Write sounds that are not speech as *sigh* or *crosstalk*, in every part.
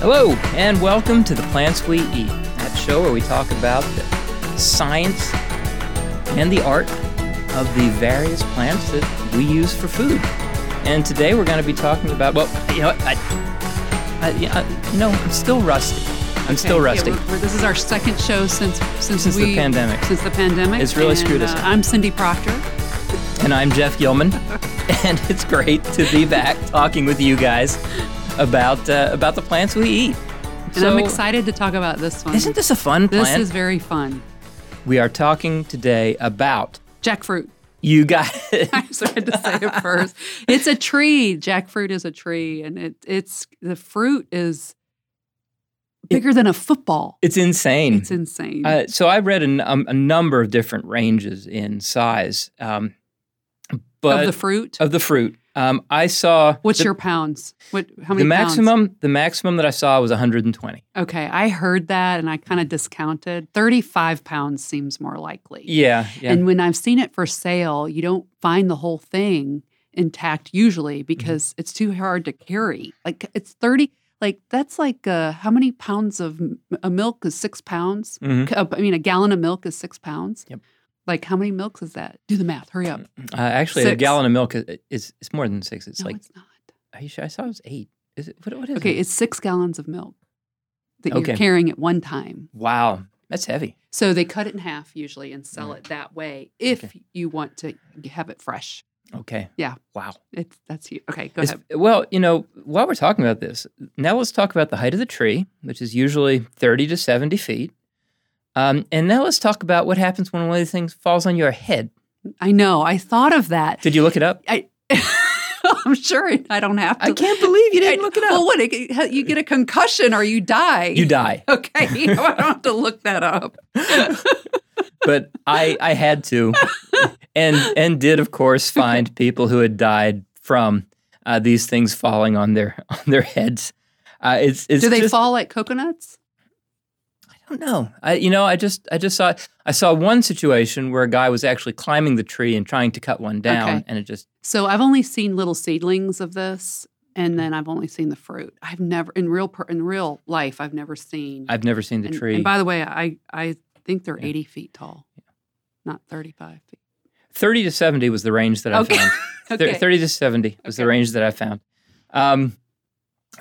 Hello, and welcome to The Plants We Eat, that show where we talk about the science and the art of the various plants that we use for food. And today we're going to be talking about, well, you know, what, I, I, yeah, I, no, I'm still rusty. I'm still Okay, yeah, rusty. we're- we're- this is our second show since since, Since the we- pandemic. Since the pandemic, It's really And, screwed us uh, up. I'm Cindy Proctor. and I'm Jeff *laughs* Gilman, and it's great to be back talking with you guys about uh, about the plants we eat. And I'm excited to talk about this one. Isn't this a fun This plant? is very fun. we are talking today about Jackfruit. *laughs* you guys. I just had to say it first. It's a tree. Jackfruit is a tree, and it it's the fruit is bigger than a football. it's insane. It's insane. Uh, so I read an, um, a number of different ranges in size, um, but of the fruit, of the fruit, um, I saw what's the, your pounds? What how many the pounds? maximum. The maximum that I saw was 120. Okay, I heard that, and I kind of discounted. Thirty-five pounds seems more likely. Yeah, yeah. And when I've seen it for sale, you don't find the whole thing intact Mm-hmm. usually because it's too hard to carry. Like it's 30, like that's like uh, how many pounds of m- a milk is six pounds? Mhm. C- uh, I mean, a gallon of milk is six pounds. Yep. Like how many milks is that? Do the math. Hurry up. Uh, actually, a Six. gallon of milk is, is, is more than six. It's no, like it's not. Are you sure? I saw it was eight. Is it? What, what is Okay, it? it's six gallons of milk that Okay. you're carrying at one time. wow, that's heavy. So they cut it in half usually and Mm-hmm. sell it that way if you want to have it fresh. Okay. Yeah. Wow. It's that's you. Okay, go It's- ahead. well, you know, while we're talking about this, now let's talk about the height of the tree, which is usually thirty to seventy feet. Um, and now let's talk about what happens when one of these things falls on your head. I know. I thought of that. Did you look it up? I, *laughs* I'm sure it- I don't have to. I can't believe you didn't look it up. Well, what? it- You get a concussion or you die. you die, *laughs* Okay. I don't have to look that up. but I I had *laughs* to, and and did of course find people who had died from uh, these things falling on their *laughs* on their heads. Uh, it's, it's Do they just- fall like coconuts? I don't know. I, you know, I just, I just saw, I saw one situation where a guy was actually climbing the tree and trying to cut one down, Okay. and it just, So I've only seen little seedlings of this. And then I've only seen the fruit. I've never in real per, in real life. I've never seen I've never seen the and, tree. And by the way, I I think they're Yeah. 80 feet tall, not 35 feet. thirty to seventy was the range that I Okay. found. Thir- Okay. Thirty to seventy was the Okay. range that I found. Um,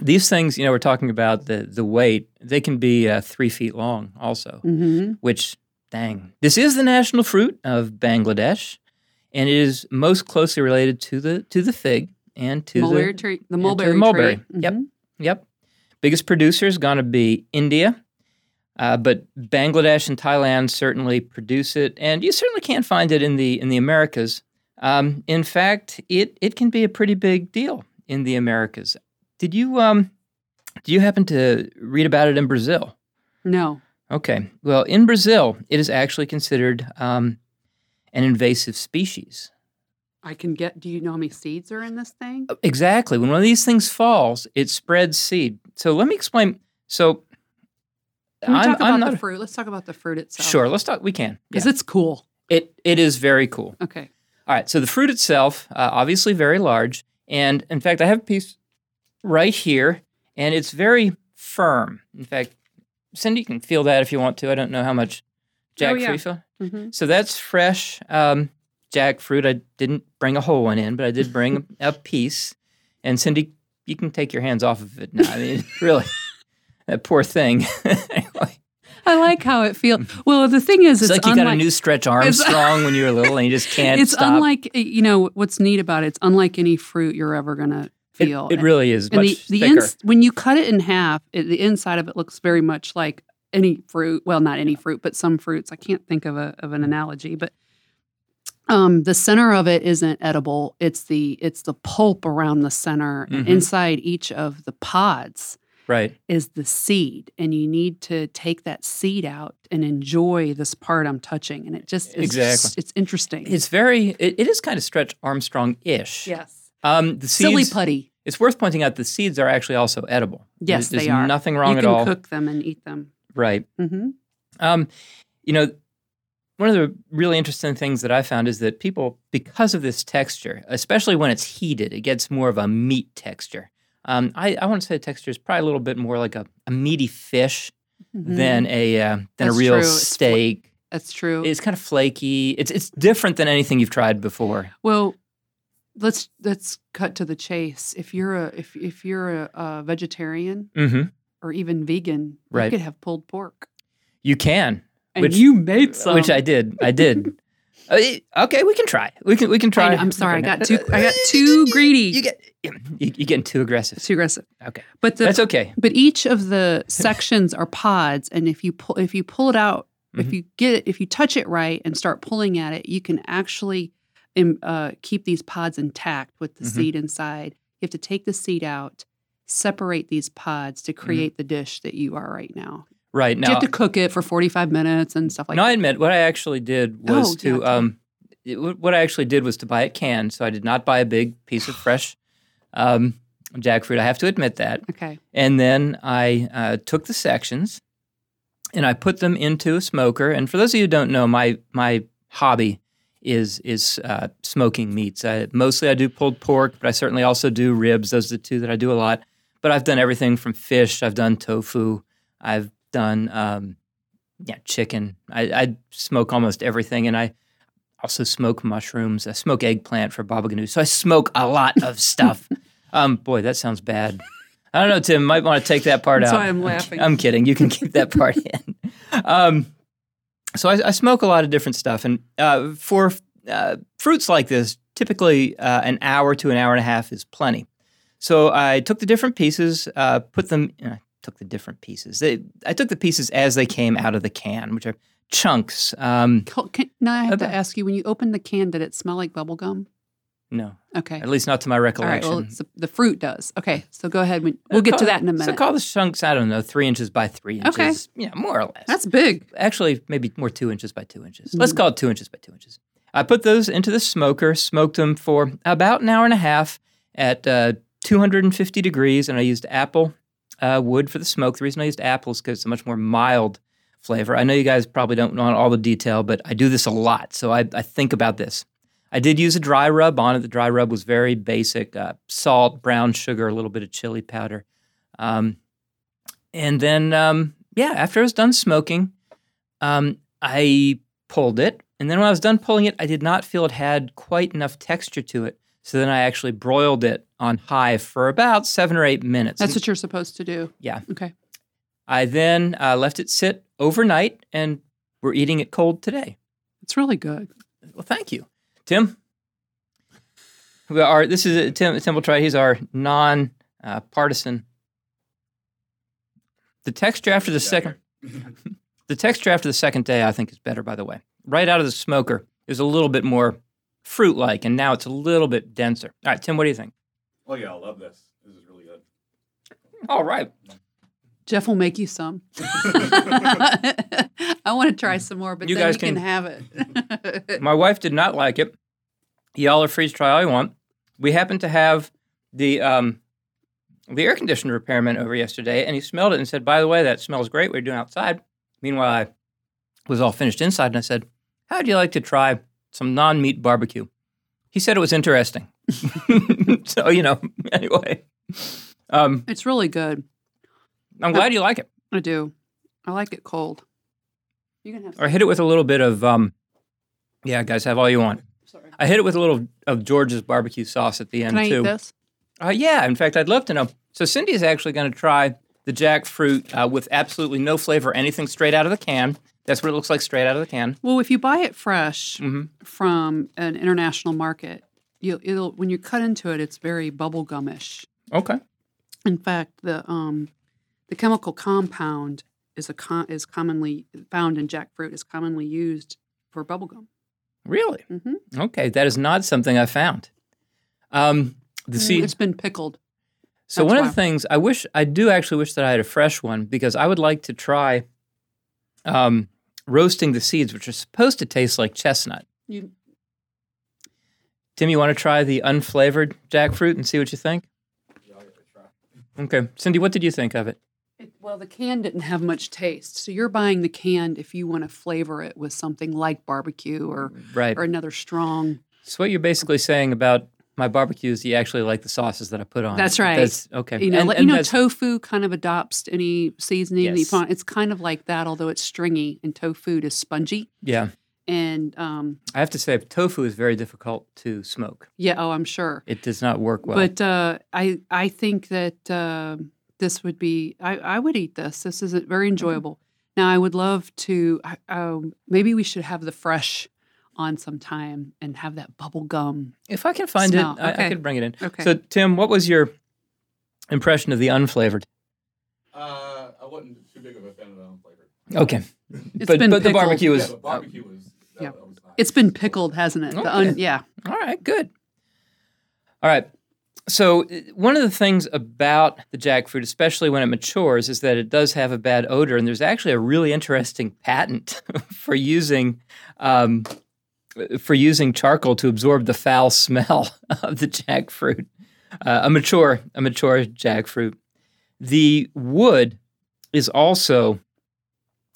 these things, you know, we're talking about the the weight. They can be uh, three feet long, also. Mhm. Which, dang, this is the national fruit of Bangladesh, and it is most closely related to the to the fig and to the mulberry tree. The the mulberry. tree. mulberry. Yep. Mhm. Yep. Biggest producer is going to be India, uh, but Bangladesh and Thailand certainly produce it, and you certainly can't find it in the in the Americas. Um, in fact, it it can be a pretty big deal in the Americas. Did you um, do you happen to read about it in Brazil? No. Okay. Well, in Brazil, it is actually considered um, an invasive species. I can get. Do you know how many seeds are in this thing? Exactly. When one of these things falls, it spreads seed. So let me explain. So Can we I'm, talk I'm about not the fruit? Let's talk about the fruit itself. sure. Let's talk. We can. Because Yeah. it's cool. It it is very cool. Okay. All right. So the fruit itself, uh, obviously very large, and in fact, I have a piece right here, and it's very firm. In fact, Cindy you can feel that if you want to. I don't know how much Oh, jackfruit. yeah. feel. Mhm. So that's fresh um, jackfruit. I didn't bring a whole one in, but I did *laughs* bring a piece. And Cindy, you can take your hands off of it now. I *laughs* mean, really, that poor thing. *laughs* Anyway, I like how it feels. Well, the thing is, Mm-hmm. it's, it's, like you got a unlike, new Stretch Armstrong when you were little, and you *laughs* just can't it's stop. unlike eh, you know what's neat about it. It's unlike any fruit you're ever gonna it, feel. it really is and much the, the thicker. ins- when you cut it in half, it, the inside of it looks very much like any fruit. Well, not any fruit, but some fruits. I can't think of a of an analogy, but um, the center of it isn't edible. It's the it's the pulp around the center, and Mhm. inside each of the pods right. is the seed, and you need to take that seed out and enjoy this part I'm touching. And it just it's, Exactly. it's interesting. It's very. It, it is kind of Stretch Armstrong ish. yes, Um, the silly seeds. putty. it's worth pointing out the seeds are actually also edible. Yes, there's, they there's are. Nothing wrong you at can all. Right. cook them and eat them. hmm Um, you know, one of the really interesting things that I found is that people, because of this texture, especially when it's heated, it gets more of a meat texture. Um, I, I want to say the texture is probably a little bit more like a, a meaty fish than a uh, than a Mm-hmm. That's real true. It's fl- steak. That's true. It's, kind of flaky. It's it's different than anything you've tried before. Well, let's let's cut to the chase. If you're a if if you're a, a vegetarian hmm or even vegan, Right. you could have pulled pork. You can, And Which- you made some. which I did. I *laughs* did. Uh, it- okay, we can try. We can we can try. I know, I'm sorry, *laughs* I got too- I got Uh, too greedy. You get you, you're getting too aggressive. It's too aggressive. Okay. But the That's okay. but each of *laughs* the sections are pods, and if you pull if you pull it out, Mhm. if you get it, if you touch it right and start pulling at it, you can actually im- uh, keep these pods intact with the Mhm. seed inside. You have to take the seed out, separate these pods to create the dish that you are right now. Right you Mm-hmm. now, have to cook it for 45 minutes and stuff like no, I that. admit what I actually did was Oh, yeah, to tell me. um, it, what I actually did was to buy it canned. So I did not buy a big piece *sighs* of fresh um, jackfruit. I have to admit that. Okay. And then I uh, took the sections and I put them into a smoker. And for those of you who don't know, my my hobby is is uh, smoking meats. I, mostly I do pulled pork, but I certainly also do ribs. Those are the two that I do a lot. But I've done everything from fish. I've done tofu. I've done um, yeah chicken. I, I smoke almost everything, and I also smoke mushrooms. I smoke eggplant for baba ganoush. So I smoke a lot *laughs* of stuff. um, boy, that sounds bad. I don't know, Tim. Might want to take that part That's out. why I'm ki- laughing. I'm kidding. You can keep that part in. Um, so I, I smoke a lot of different stuff, and uh, for uh, fruits like this, typically uh, an hour to an hour and a half is plenty. So I took the different pieces, uh, put them. Uh, took the different pieces. They, I took the pieces as they came out of the can, which are chunks. Um, Co- Can, now I have to Okay. ask you: when you opened the can, did it smell like bubble gum? no, Okay. at least not to my All right. recollection. Well, it's the, the fruit does. Okay. So go ahead. We- We'll get to that in a So minute. call the chunks. I don't know, three inches by three inches. Okay. Yeah, more or less. That's big. actually maybe more two inches by two inches. Let's call it two inches by two inches. I put those into the smoker, smoked them for about an hour and a half at uh, 250 degrees, and I used apple uh, wood for the smoke. The reason I used apple is because it's a much more mild flavor. I know you guys probably don't want all the detail, but I do this a lot, so I, I think about this. I did use a dry rub on it. The dry rub was very basic uh, salt, brown sugar, a little bit of chili powder. Um, and then, um, yeah, after I was done smoking, um, I pulled it, and then when I was done pulling it, I did not feel it had quite enough texture to it. So then I actually broiled it on high for about seven or eight minutes. That's what you're supposed to do. Yeah. Okay. I then uh, left it sit overnight, and we're eating it cold today. It's really good. Well, thank you, Tim. We are. This is uh, Tim. Tim will try. He's our non-partisan. the texture after the second. *laughs* the texture after the second day, I think, is better. By the way, right out of the smoker, it was a little bit more fruit-like, and now it's a little bit denser. All right, Tim, what do you think? Oh yeah, I love this. This is really good. All right. Jeff will make you *laughs* some. I want to try some more, but You then guys you can, can- have it. *laughs* My wife did not like it. Y'all are free to try all you want. We happened to have the um, the air conditioner repairman over yesterday, and he smelled it and said, "By the way, that smells great. We're doing outside." Meanwhile, I was all finished inside, and I said, "How'd you like to try some non-meat barbecue?" He said it was interesting. *laughs* so you know, *laughs* anyway, um, it's really good. I'm glad you like it. I do. I like it cold. You can have some. Or hit it with a little bit of um, yeah, guys, have all you want. Sorry. I hit it with a little of George's barbecue sauce at the end Can I too. eat this? Uh, yeah, in fact, I'd love to know. So Cindy is actually going to try the jackfruit uh, with absolutely no flavor, anything straight out of the can. That's what it looks like straight out of the can. Well, if you buy it fresh Mhm. from an international market, you'll, it'll when you cut into it, it's very bubblegumish. Okay. In fact, the um, the chemical compound is a con- is commonly found in jackfruit is commonly used for bubblegum. Really? Mm-hmm. Okay. That is not something I found. Um, the seed. it's been pickled. So That's one of why. the things I wish I do actually wish that I had a fresh one because I would like to try um, roasting the seeds, which are supposed to taste like chestnut. You, Tim, you want to try the unflavored jackfruit and see what you think? Yeah, I'll give it a try. Okay, Cindy, what did you think of it? it, well, the can didn't have much taste, so you're buying the canned if you want to flavor it with something like barbecue or Right. or another strong. So what you're basically saying about my barbecues, you actually like the sauces that I put on. That's it. right. okay. You know, And- like- and you know, that's- tofu kind of adopts any seasoning that you Yes. find. It's kind of like that, although it's stringy, and tofu is spongy. yeah. And um, I have to say, tofu is very difficult to smoke. yeah, oh, I'm sure. It does not work well. But uh, I I think that uh, this would be I, I would eat this. This is very Mm-hmm. enjoyable. Now I would love to I- um, maybe we should have the fresh on sometime and have that bubble gum. if I can find Smell, it, I, okay. I could bring it in. Okay. So, Tim, what was your impression of the unflavored? Uh, I wasn't too big of a fan of that one flavor. Okay, It's but, been but the pickled. barbecue was yeah, the barbecue was. That, uh, Yeah. that was nice. it's been pickled, hasn't it? The un- Okay. yeah. All right, good. All right. So, uh, one of the things about the jackfruit, especially when it matures, is that it does have a bad odor. And there's actually a really interesting patent *laughs* for using. Um, for using charcoal to absorb the foul smell *laughs* of the jackfruit, uh, a mature a mature jackfruit, the wood is also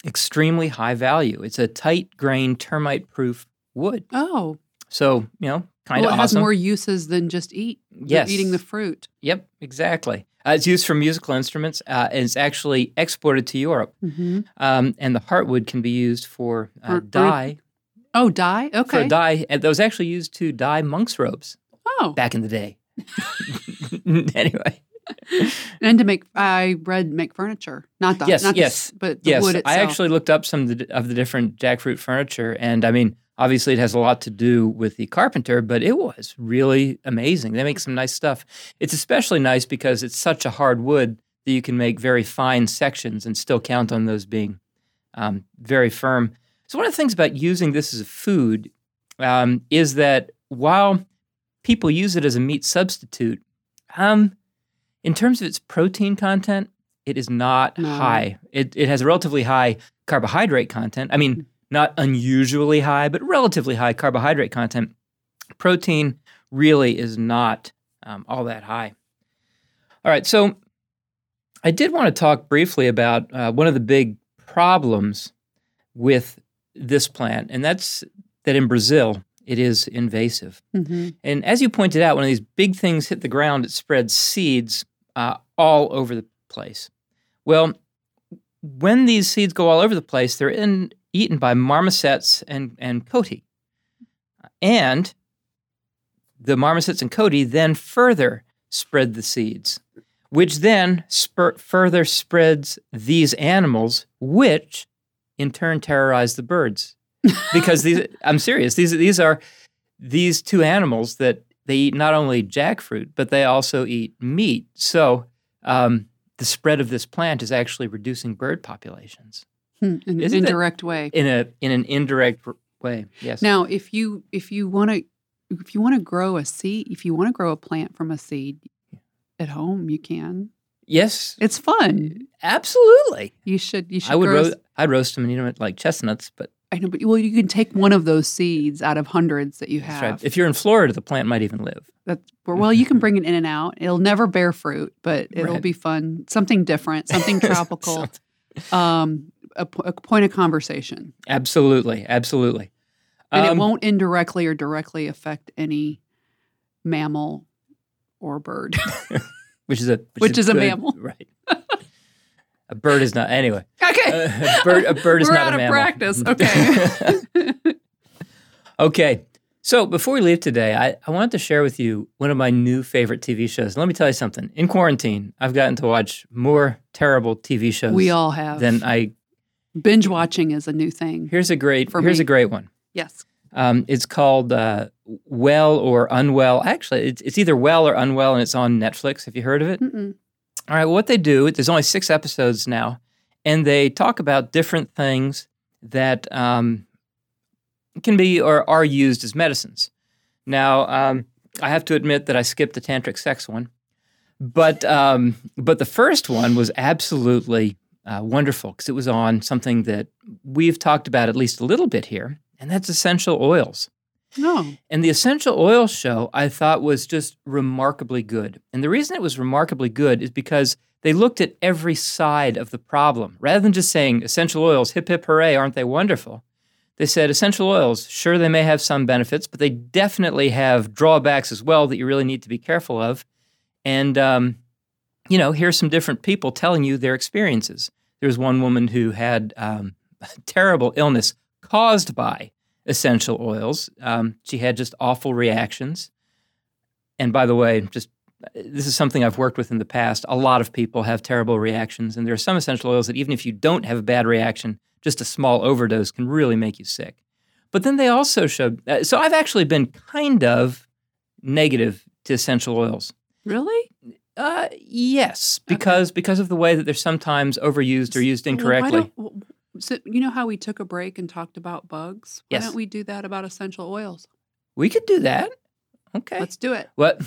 extremely high value. It's a tight grain termite proof wood. Oh, So, you know, kind well, of Oh, it has awesome. more uses than just eat. yes. eating the fruit. yep, exactly. Uh, it's used for musical instruments uh, and it's actually exported to Europe. Mm-hmm. Um, and the heartwood can be used for For- uh, for- dye, Oh, dye. for Okay. dye. And that was actually used to dye monk's robes oh, back in the day. *laughs* anyway, and to make I read make furniture, not dye. Yes, not the yes, s- but the yes, wood itself. I actually looked up some of the, of the different jackfruit furniture. And I mean, obviously, it has a lot to do with the carpenter, but it was really amazing. They make some nice stuff. It's especially nice because it's such a hard wood that you can make very fine sections and still count on those being um, very firm. So, one of the things about using this as a food um, is that while people use it as a meat substitute, um, in terms of its protein content, it is not No. high. It, it has a relatively high carbohydrate content. I mean, not unusually high, but relatively high carbohydrate content. Protein really is not um, all that high. All right, so I did want to talk briefly about uh, one of the big problems with this plant, and that's that in Brazil it is invasive. Mhm. And as you pointed out, when these big things hit the ground, it spreads seeds uh, all over the place. Well, when these seeds go all over the place, they're in, eaten by marmosets and, and coti. And the marmosets and coti then further spread the seeds, which then spur- further spreads these animals, which in turn terrorize the birds. Because these, I'm serious, these, these are these two animals that they eat not only jackfruit, but they also eat meat. So um, the spread of this plant is actually reducing bird populations Hmm, in an Isn't it- indirect way. in a in an indirect r- way. Yes. Now, if you if you want to if you want to grow a seed, if you want to grow a plant from a seed at home, you can. yes. It's fun. Absolutely. You should. You should. I would. grow. a s- Ro- I'd roast them and eat them like chestnuts. But I know, but well, you can take one of those seeds out of hundreds that you that's have. right. if you're in Florida, the plant might even live. That's or, well, you can bring it in and out. It'll never bear fruit, but *laughs* it'll Right. be fun. Something *laughs* different, something *laughs* tropical, Something- um, a, po- a point of conversation, absolutely. Absolutely. and Um, it won't indirectly or directly affect any mammal or bird. *laughs* Which is a Which is a good- mammal. *laughs* right? a bird is not. Anyway. okay. a *laughs* bird, a bird is We're not out a of mammal. practice. Okay. *laughs* okay. So before we leave today, I, I wanted to share with you one of my new favorite TV shows. Let me tell you something. In quarantine, I've gotten to watch more terrible TV shows we all have. than I. binge watching is a new thing. Here's a great. For here's me. a great one. Yes. Um, it's called uh, Well or Unwell. Actually, it's, it's either Well or Unwell, and it's on Netflix. Have you heard of it? Mm-mm. All right. What they do, there's only six episodes now, and they talk about different things that um, can be or are used as medicines. Now, um, I have to admit that I skipped the tantric sex one, but um, but the first one was absolutely uh, wonderful because it was on something that we've talked about at least a little bit here, and that's essential oils. No. And the essential oil show I thought was just remarkably good. And the reason it was remarkably good is because they looked at every side of the problem. Rather than just saying essential oils, hip hip hooray, aren't they wonderful? They said essential oils, sure, they may have some benefits, but they definitely have drawbacks as well that you really need to be careful of. And, um, you know, here's some different people telling you their experiences. There was one woman who had um, *laughs* terrible illness caused by essential oils. Um, she had just awful reactions. And by the way, just this is something I've worked with in the past. A lot of people have terrible reactions, and there are some essential oils that even if you don't have a bad reaction, just a small overdose can really make you sick. But then they also showed. uh, so I've actually been kind of negative to essential oils. Really? Uh, yes, because because of the way that they're sometimes overused or used Well, why incorrectly. don't- w- w- so you know how we took a break and talked about bugs? Why Yes. don't we do that about essential oils? we could do that. Okay. Let's do it. What?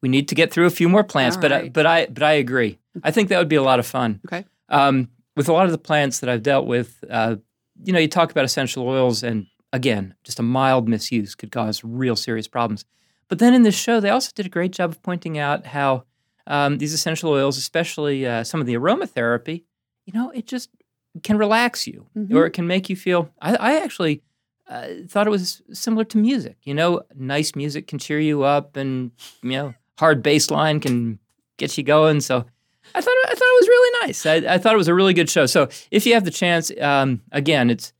We need to get through a few more plants, All but I, right. but I but I agree. I think that would be a lot of fun. Okay. Um, with a lot of the plants that I've dealt with, uh, you know, you talk about essential oils, and again, just a mild misuse could cause real serious problems. But then in this show, they also did a great job of pointing out how um, these essential oils, especially uh, some of the aromatherapy, you know, it just can relax you Mhm. or it can make you feel. I, I actually uh, thought it was similar to music. You know, nice music can cheer you up, and you know, hard bass line can get you going. So. I thought, I thought it was really nice. I, I thought it was a really good show. So if you have the chance, um, again, it's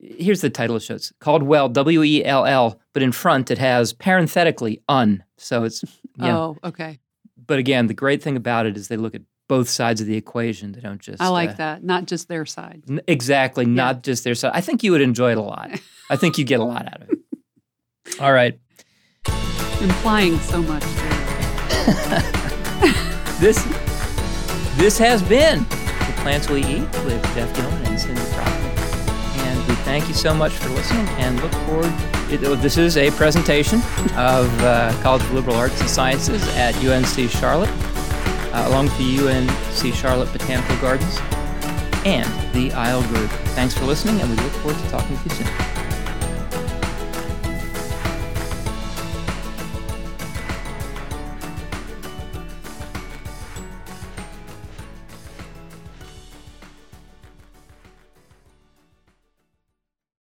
here's the title of the show. It's called Well, W E L L, but in front it has parenthetically un. So *laughs* it's yeah. Oh, okay. But again, the great thing about it is they look at both sides of the equation. They don't just I like uh, that. Not just their side. n- exactly, Yeah. not just their side. I think you would enjoy it a *laughs* lot. I think you get a lot out of it. All right. Implying so much. This this has been the plants we eat with Jeff Gilman and Cindy Crockett, and we thank you so much for listening and look forward. It, oh, this is a presentation of uh, College of Liberal Arts and Sciences at UNC Charlotte, uh, along with the UNC Charlotte Botanical Gardens and the Isle Group. Thanks for listening, and we look forward to talking to you soon.